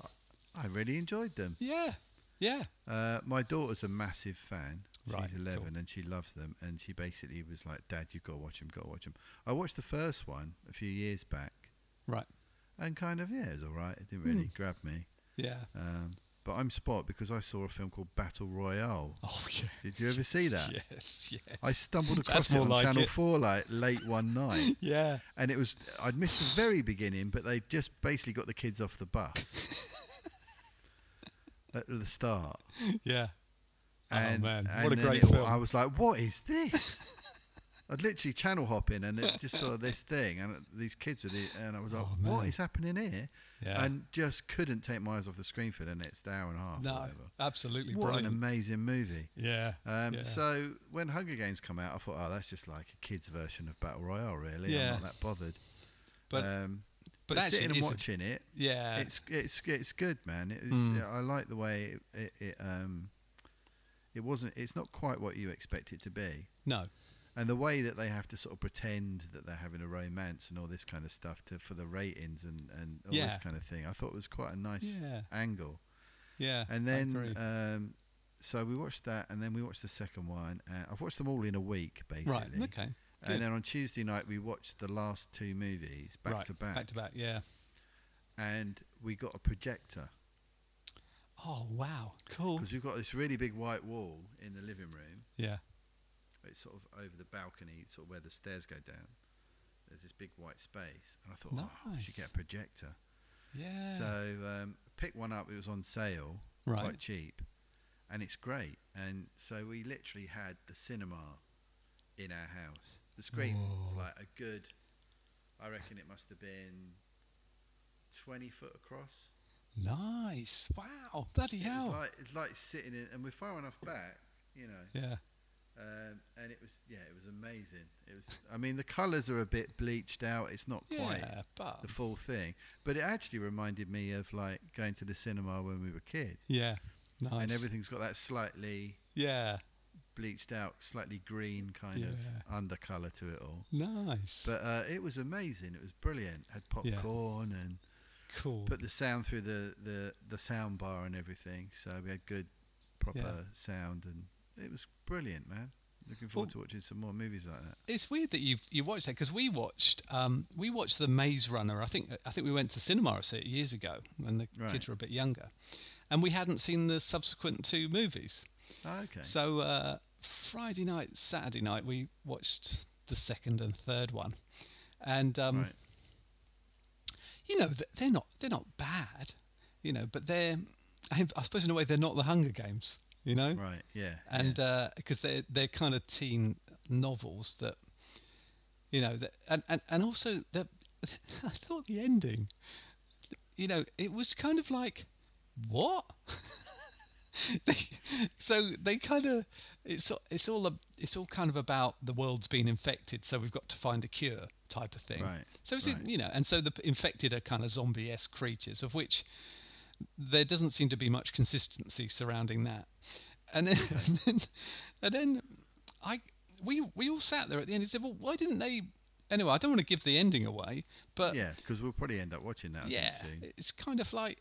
I really enjoyed them.
Yeah. Yeah.
Uh, my daughter's a massive fan. She's
Right,
11
cool.
and she loves them. And she basically was like, Dad, you've got to watch them, got to watch them. I watched the first one a few years back
Right.
and kind of, yeah, it was all right. It didn't
Hmm.
really grab me.
Yeah.
Um, but I'm spot because I saw a film called Battle Royale.
Oh yeah.
Did you ever see that?
Yes. Yes.
I stumbled
That's
across it
more
on
like
Channel
it.
4 like late one night.
yeah.
And it was, I'd missed the very beginning, but they just basically got the kids off the bus at the start.
Yeah. Oh,
And,
man.
and
What a
then
great
it all-
film.
I was like, what is this? I'd literally channel hop in and it just saw this thing and these kids with it. And I was like,
Oh,
what
man.
is happening here?
Yeah.
And just couldn't take my eyes off the screen for the next hour and a half. or
No.
whatever.
Absolutely
What
brilliant.
an amazing movie.
yeah.
Um,
yeah.
So when Hunger Games come out, I thought, oh, that's just like a kids' version of Battle Royale, really.
Yeah.
I'm not that bothered.
But-
um,
but actually,
sitting and
it's a- uh,
watching it,
yeah.
it's it's it's good, man. It's,
Hmm.
I like the way it, it um, it wasn't. It's not quite what you expect it to be,
no.
and the way that they have to sort of pretend that they're having a romance and all this kind of stuff to for the ratings and and all this
Yeah.
kind of thing. I thought was quite a nice
Yeah.
angle.
Yeah.
And
I
then,
agree.
um, so we watched that, and then we watched the second one. Uh, I've watched them all in a week, basically.
right. Okay.
And
good.
then on Tuesday night, we watched the last two movies back
right.
to back,
Back to back. Yeah.
and we got a projector
Oh wow. Cool.
because we've got this really big white wall in the living room.
Yeah.
It's sort of over the balcony, sort of where the stairs go down. There's this big white space, and I thought, oh, we should get
Nice.
a projector.
Yeah.
So um, pick one up. It was on sale,
Right.
quite cheap, and it's great. And so we literally had the cinema in our house. The screen was like a good, I reckon it must have been twenty foot across.
nice. Wow. Bloody
It was
hell.
like it's like sitting in, and we're far enough back, you know.
yeah.
Um, and it was yeah, it was amazing. It was. I mean, the colours are a bit bleached out. It's not quite
Yeah. But
the full thing, but it actually reminded me of like going to the cinema when we were kids.
yeah. Nice.
and everything's got that slightly
Yeah.
bleached out, slightly green kind
Yeah.
of undercolor to it all.
Nice.
But uh, it was amazing. It was brilliant. Had popcorn and
cool.
put the sound through the, the, the sound bar and everything. So we had good proper
Yeah.
sound and it was brilliant, man. Looking forward
Well-
to watching some more movies like that.
it's weird that you you watched that because we watched um, we watched the Maze Runner. I think I think we went to the cinema I see it years ago when the
Right.
kids were a bit younger, and we hadn't seen the subsequent two movies.
Oh, okay.
So uh, Friday night, Saturday night, we watched the second and third one, and um,
right.
you know th- they're not they're not bad, you know, but they're I, I suppose in a way they're not the Hunger Games, you know,
Right. Yeah.
and because they're they're kind of teen novels that you know that, and, and and also the I thought the ending, you know, it was kind of like what. They- so they kind of it's all- it's all a, it's all kind of about the world's been infected, so we've got to find a cure type of thing.
Right,
So it's in-
right.
you know, and so the infected are kind of zombie-esque creatures, of which there doesn't seem to be much consistency surrounding that. And then, and then, and then I we we all sat there at the end and said, well, why didn't they? Anyway, I don't want to give the ending away, but
yeah, because we'll probably end up watching that. I think,
yeah,
soon.
it's kind of like,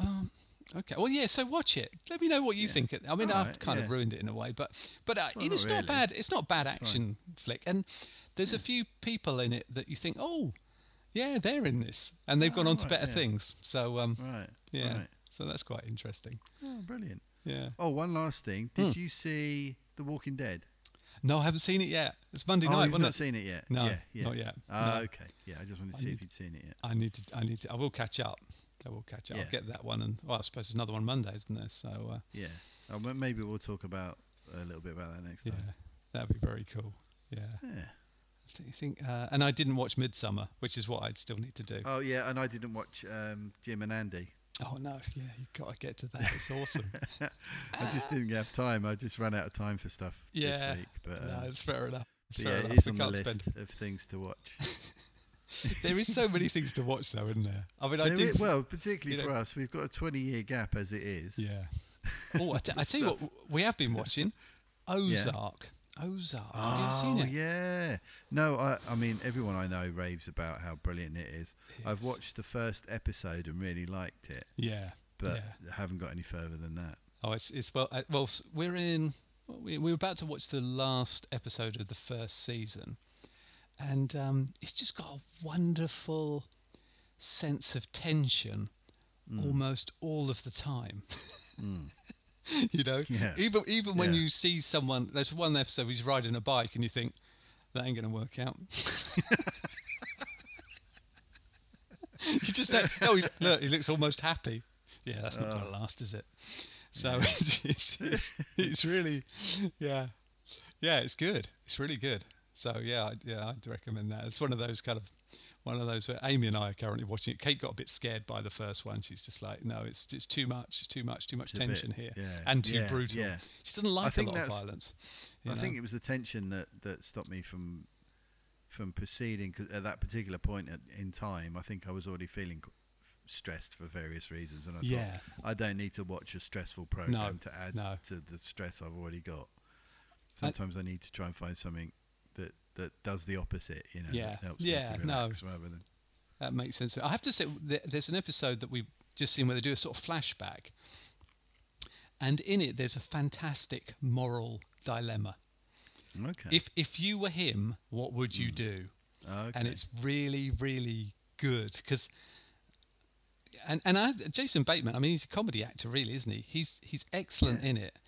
um, okay, well, yeah. So watch it. Let me know what you think. I mean, I've
Alright,
kind of
yeah.
ruined it in a way, but but uh,
Well,
it's
not
not
really.
bad. It's not bad action flick, and there's a few people in it that you think, oh, yeah, they're in this, and they've gone on to
right,
better
yeah.
things. So um,
Right.
yeah,
Right.
so that's quite interesting.
Oh, brilliant.
Yeah.
Oh, one last
Hmm.
thing. Did you see The Walking Dead?
No, I haven't seen it yet. It's Monday
oh,
night.
you've
wasn't
not
it?
seen it yet.
No,
yeah, yeah.
not yet.
Ah,
No.
okay. Yeah, I just wanted to see if you'd seen it yet.
I need to. I need to. I will catch up. I will catch up.
Yeah.
I'll get that one, and well, I suppose there's another one Monday, isn't there? So uh,
Yeah. Uh, well, maybe we'll talk about a little bit about that next
yeah,
time.
that'd be very cool. Yeah.
Yeah.
I thi- think, uh, and I didn't watch Midsummer, which is what I'd still need to do.
Oh, yeah. And I didn't watch um, Jim and Andy.
oh no, yeah, you got to get to that. It's awesome.
I just didn't have time. I just ran out of time for stuff
yeah,
this week. But,
no,
um,
it's fair enough. It's
but
fair
yeah,
enough.
it is
We
on the
can't
list
spend.
of things to watch.
There is so many things to watch, though, isn't there? I mean, I
There
did.
is- well, particularly
you
for
know-
us, we've got a 20 year gap as it is.
yeah. Oh, I, t- I tell you what, we have been watching Ozark. Ozark. Have you
Oh
seen it?
yeah, no, I, I mean everyone I know raves about how brilliant it is. I've watched the first episode and really liked it,
Yeah.
but
yeah.
haven't got any further than that.
Oh, it's it's well uh, well s- we're in we we're about to watch the last episode of the first season, and um, it's just got a wonderful sense of tension
Mm.
almost all of the time. you know,
Yeah.
even even when
Yeah.
you see someone, there's one episode where he's riding a bike and you think that ain't going to work out. you just don't, oh he, look, he looks almost happy. Yeah, that's not going to last, is it? So it's, it's, it's, it's really, yeah, yeah, it's good. It's really good. So yeah, I- yeah, I'd recommend that. It's one of those kind of one of those. Where Amy and I are currently watching it. Kate got a bit scared by the first one. She's just like, no, it's it's too much. It's too much. Too much
a bit,
tension here
yeah,
and too
yeah,
brutal.
yeah.
She doesn't like a
think
lot of
that's-
violence.
I
you know?
think it was the tension that, that stopped me from from proceeding 'cause at that particular point at, in time, I think I was already feeling qu- stressed for various reasons, and I
Yeah.
thought I don't need to watch a stressful program to add
no.
to the stress I've already got. Sometimes I, need to try and find something that that does the opposite, you know,
Yeah.
that helps
Yeah,
me to
no.
relax rather than
That makes sense. I have to say, th- there's an episode that we've just seen where they do a sort of flashback, and in it, there's a fantastic moral dilemma.
okay.
If if you were him, what would you do?
Mm. okay.
And it's really, really good because. And and I, Jason Bateman, I mean, he's a comedy actor, really, isn't he? He's he's excellent in it,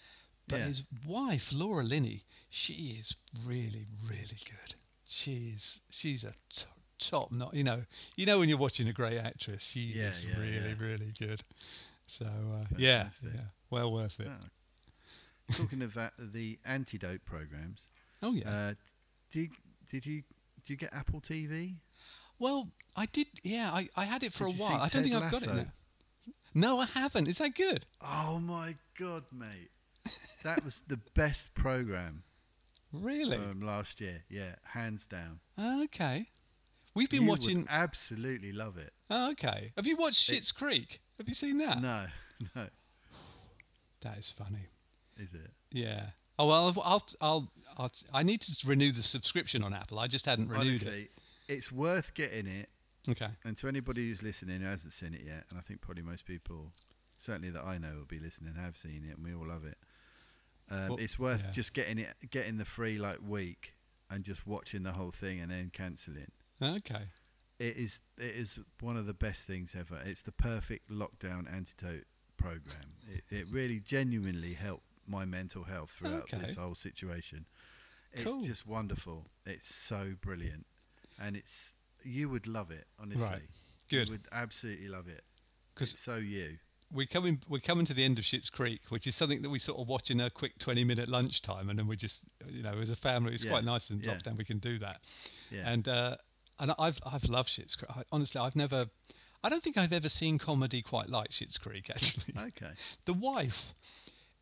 but
Yeah.
his wife Laura Linney, she is really, really good. She is she's a t- top not you know you know when you're watching a great actress, she
Yeah,
is
yeah,
really,
yeah.
really good. So uh, yeah,
Fantastic.
yeah, well worth it.
Ah. Talking of that, the antidote programs.
Oh yeah.
Uh, do you, did you do you get Apple TV?
Well, I did. Yeah, I, I had it for
Did
a
you
while.
see
I don't think
Ted
I've got it
Lasso?
now. No, I haven't. Is that good?
Oh my god, mate! That was the best program
Really?
um, last year. Yeah, hands down.
okay. We've been
Uh, You would
watching.
absolutely love it.
oh, okay. Have you watched Shit's Creek? Have you seen that?
No, no,
That is funny.
is it?
Yeah. Oh well, I'll, I'll, I'll, I'll I need to renew the subscription on Apple. I just hadn't renewed
Honestly, it's worth getting it.
it. Okay.
And to anybody who's listening who hasn't seen it yet, and I think probably most people, certainly that I know, will be listening have seen it, and we all love it. Um,
Well,
it's worth
yeah.
just getting it, getting the free like week, and just watching the whole thing, and then cancelling.
Okay.
It is it is one of the best things ever. It's the perfect lockdown antidote program. It, it really genuinely helped my mental health throughout
Okay.
this whole situation. It's
Cool.
just wonderful. It's so brilliant, and it's you would love it honestly.
Good.
You would absolutely love it
'Cause-
because so you.
We're coming. We're coming to the end of Shit's Creek, which is something that we sort of watch in a quick twenty-minute lunchtime, and then we just, you know, as a family, it's
Yeah,
quite nice in
yeah.
lockdown. We can do that.
Yeah.
And uh, and I've I've loved Shit's Creek. I, honestly, I've never. I don't think I've ever seen comedy quite like Shit's Creek. Actually,
okay.
the wife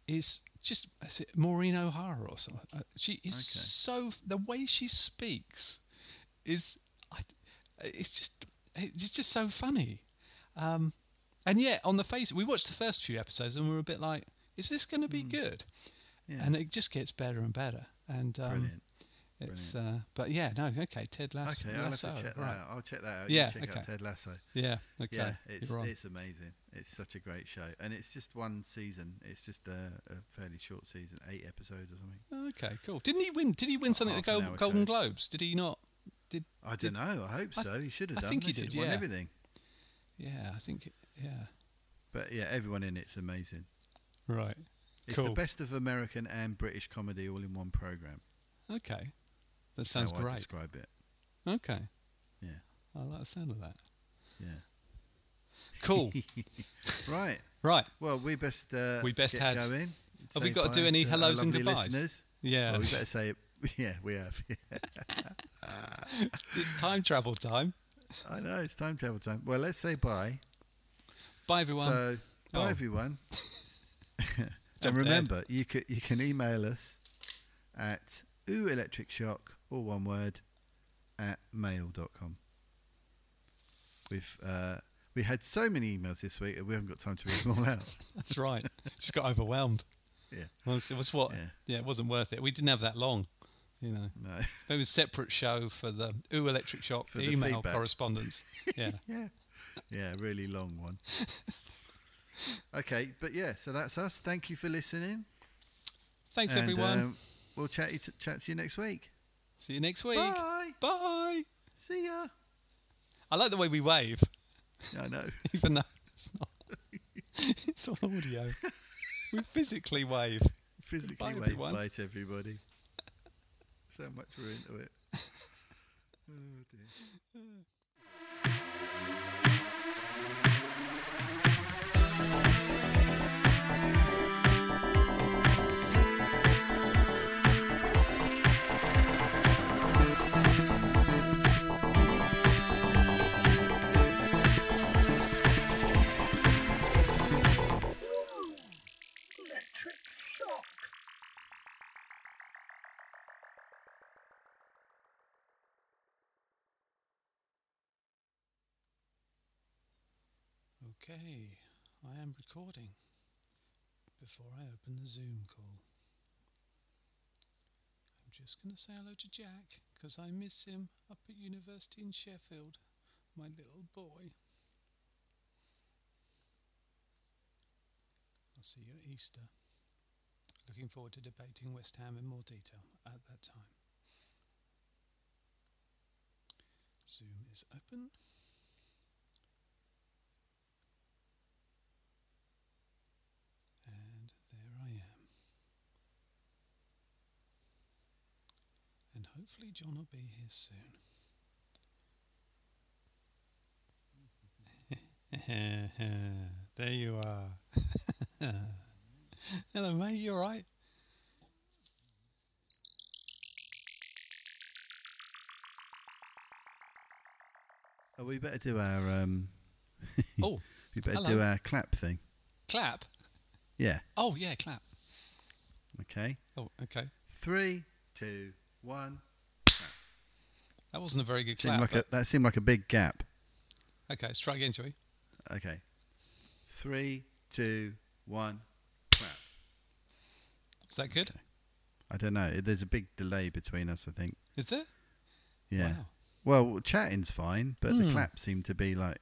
is just is it Maureen O'Hara or something. Uh, She is so the way she speaks is I, it's just it's just so funny. Um, and yet on the face, we watched the first few episodes and we were a bit like, is this going to be good?
Hmm. Yeah.
And it just gets better and better. And um,
Brilliant.
It's uh, but yeah, no, okay, Ted Lasso.
Okay, I'll have
Lasso,
to check that
right.
out. I'll check that out.
Yeah,
you check
okay.
out Ted Lasso.
Yeah, okay.
Yeah, it's
you're right.
it's amazing. It's such a great show, and it's just one season. It's just a, a fairly short season, eight episodes or something.
okay, cool. Didn't he win? Did he
Oh,
win something at the
half an
Gold,
hour
Golden
show.
Globes? Did he not? Did
I don't know. I hope
I-
so. He should have
I
done.
think
They
he
should
did,
have won
yeah.
everything.
yeah, I think it, yeah.
But yeah, everyone in it's amazing.
Right.
It's
cool.
the best of American and British comedy all in one program.
Okay. That sounds
how I
great.
describe it.
Okay.
Yeah,
I like the sound of that.
yeah.
Cool.
Right.
right.
Well, we best uh,
We best
get
had-
going.
Have we
Say
got to do
bye
any
our
hellos and
lovely
goodbyes?
Listeners.
Yeah.
Well, we better say it. Yeah, we have.
it's time travel time.
I know it's time travel time. Well, let's say bye.
Bye everyone.
So, bye
Oh.
everyone.
Jump
and
ahead.
remember, you can you can email us at ooh electric shock all one word at mail.com. We've uh, we had so many emails this week, and we haven't got time to read them all out.
That's right. Just got overwhelmed.
Yeah.
Honestly, it was what? Yeah.
Yeah.
it wasn't worth it. We didn't have that long, you know.
No,
It was a separate show for the Ooh Electric Shock
For the
email
feedback.
correspondence. Yeah.
yeah, yeah, really long one. Okay, but yeah, so that's us. Thank you for listening.
Thanks,
and,
everyone.
um, we'll chat you t- chat to you next week.
See you next week.
Bye.
Bye.
See ya.
I like the way we wave,
I know.
even though it's not. it's on audio. We physically wave.
Physically
Goodbye,
wave
everyone.
bye to everybody. so much we're into it. Oh dear.
Okay, I am recording before I open the Zoom call. I'm just going to say hello to Jack because I miss him up at university in Sheffield, my little boy. I'll see you at Easter. Looking forward to debating West Ham in more detail at that time. Zoom is open. And there I am. And hopefully, John will be here soon. there you are. Hello, mate. You alright?
Oh, we better do our um.
Oh,
we better do
hello.
our clap thing.
clap.
Yeah.
Oh, yeah, clap.
Okay.
Oh, okay.
Three, two, one.
That wasn't a very good
Seemed
clap.
like a, that seemed like a big gap.
but- okay, let's try again, shall we?
Okay. Three, two, one. Clap.
Is that good?
I don't know. There's a big delay between us. I think.
Is there?
Yeah.
Wow.
Well, chatting's fine, but
Hmm.
the clap seemed to be like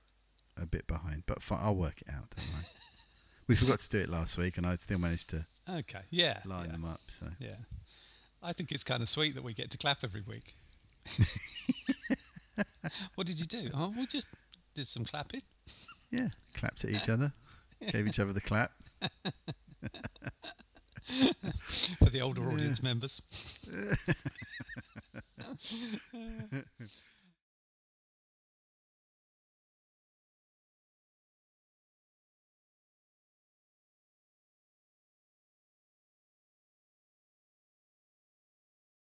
a bit behind. But fi- I'll work it out. Don't worry. we forgot to do it last week, and I still managed to
Okay, yeah.
line
Oh, yeah.
them up. So
Yeah. I think it's kind of sweet that we get to clap every week. what did you do? Oh, we just did some clapping.
yeah, clapped at each other, gave each other the clap.
for the older audience members.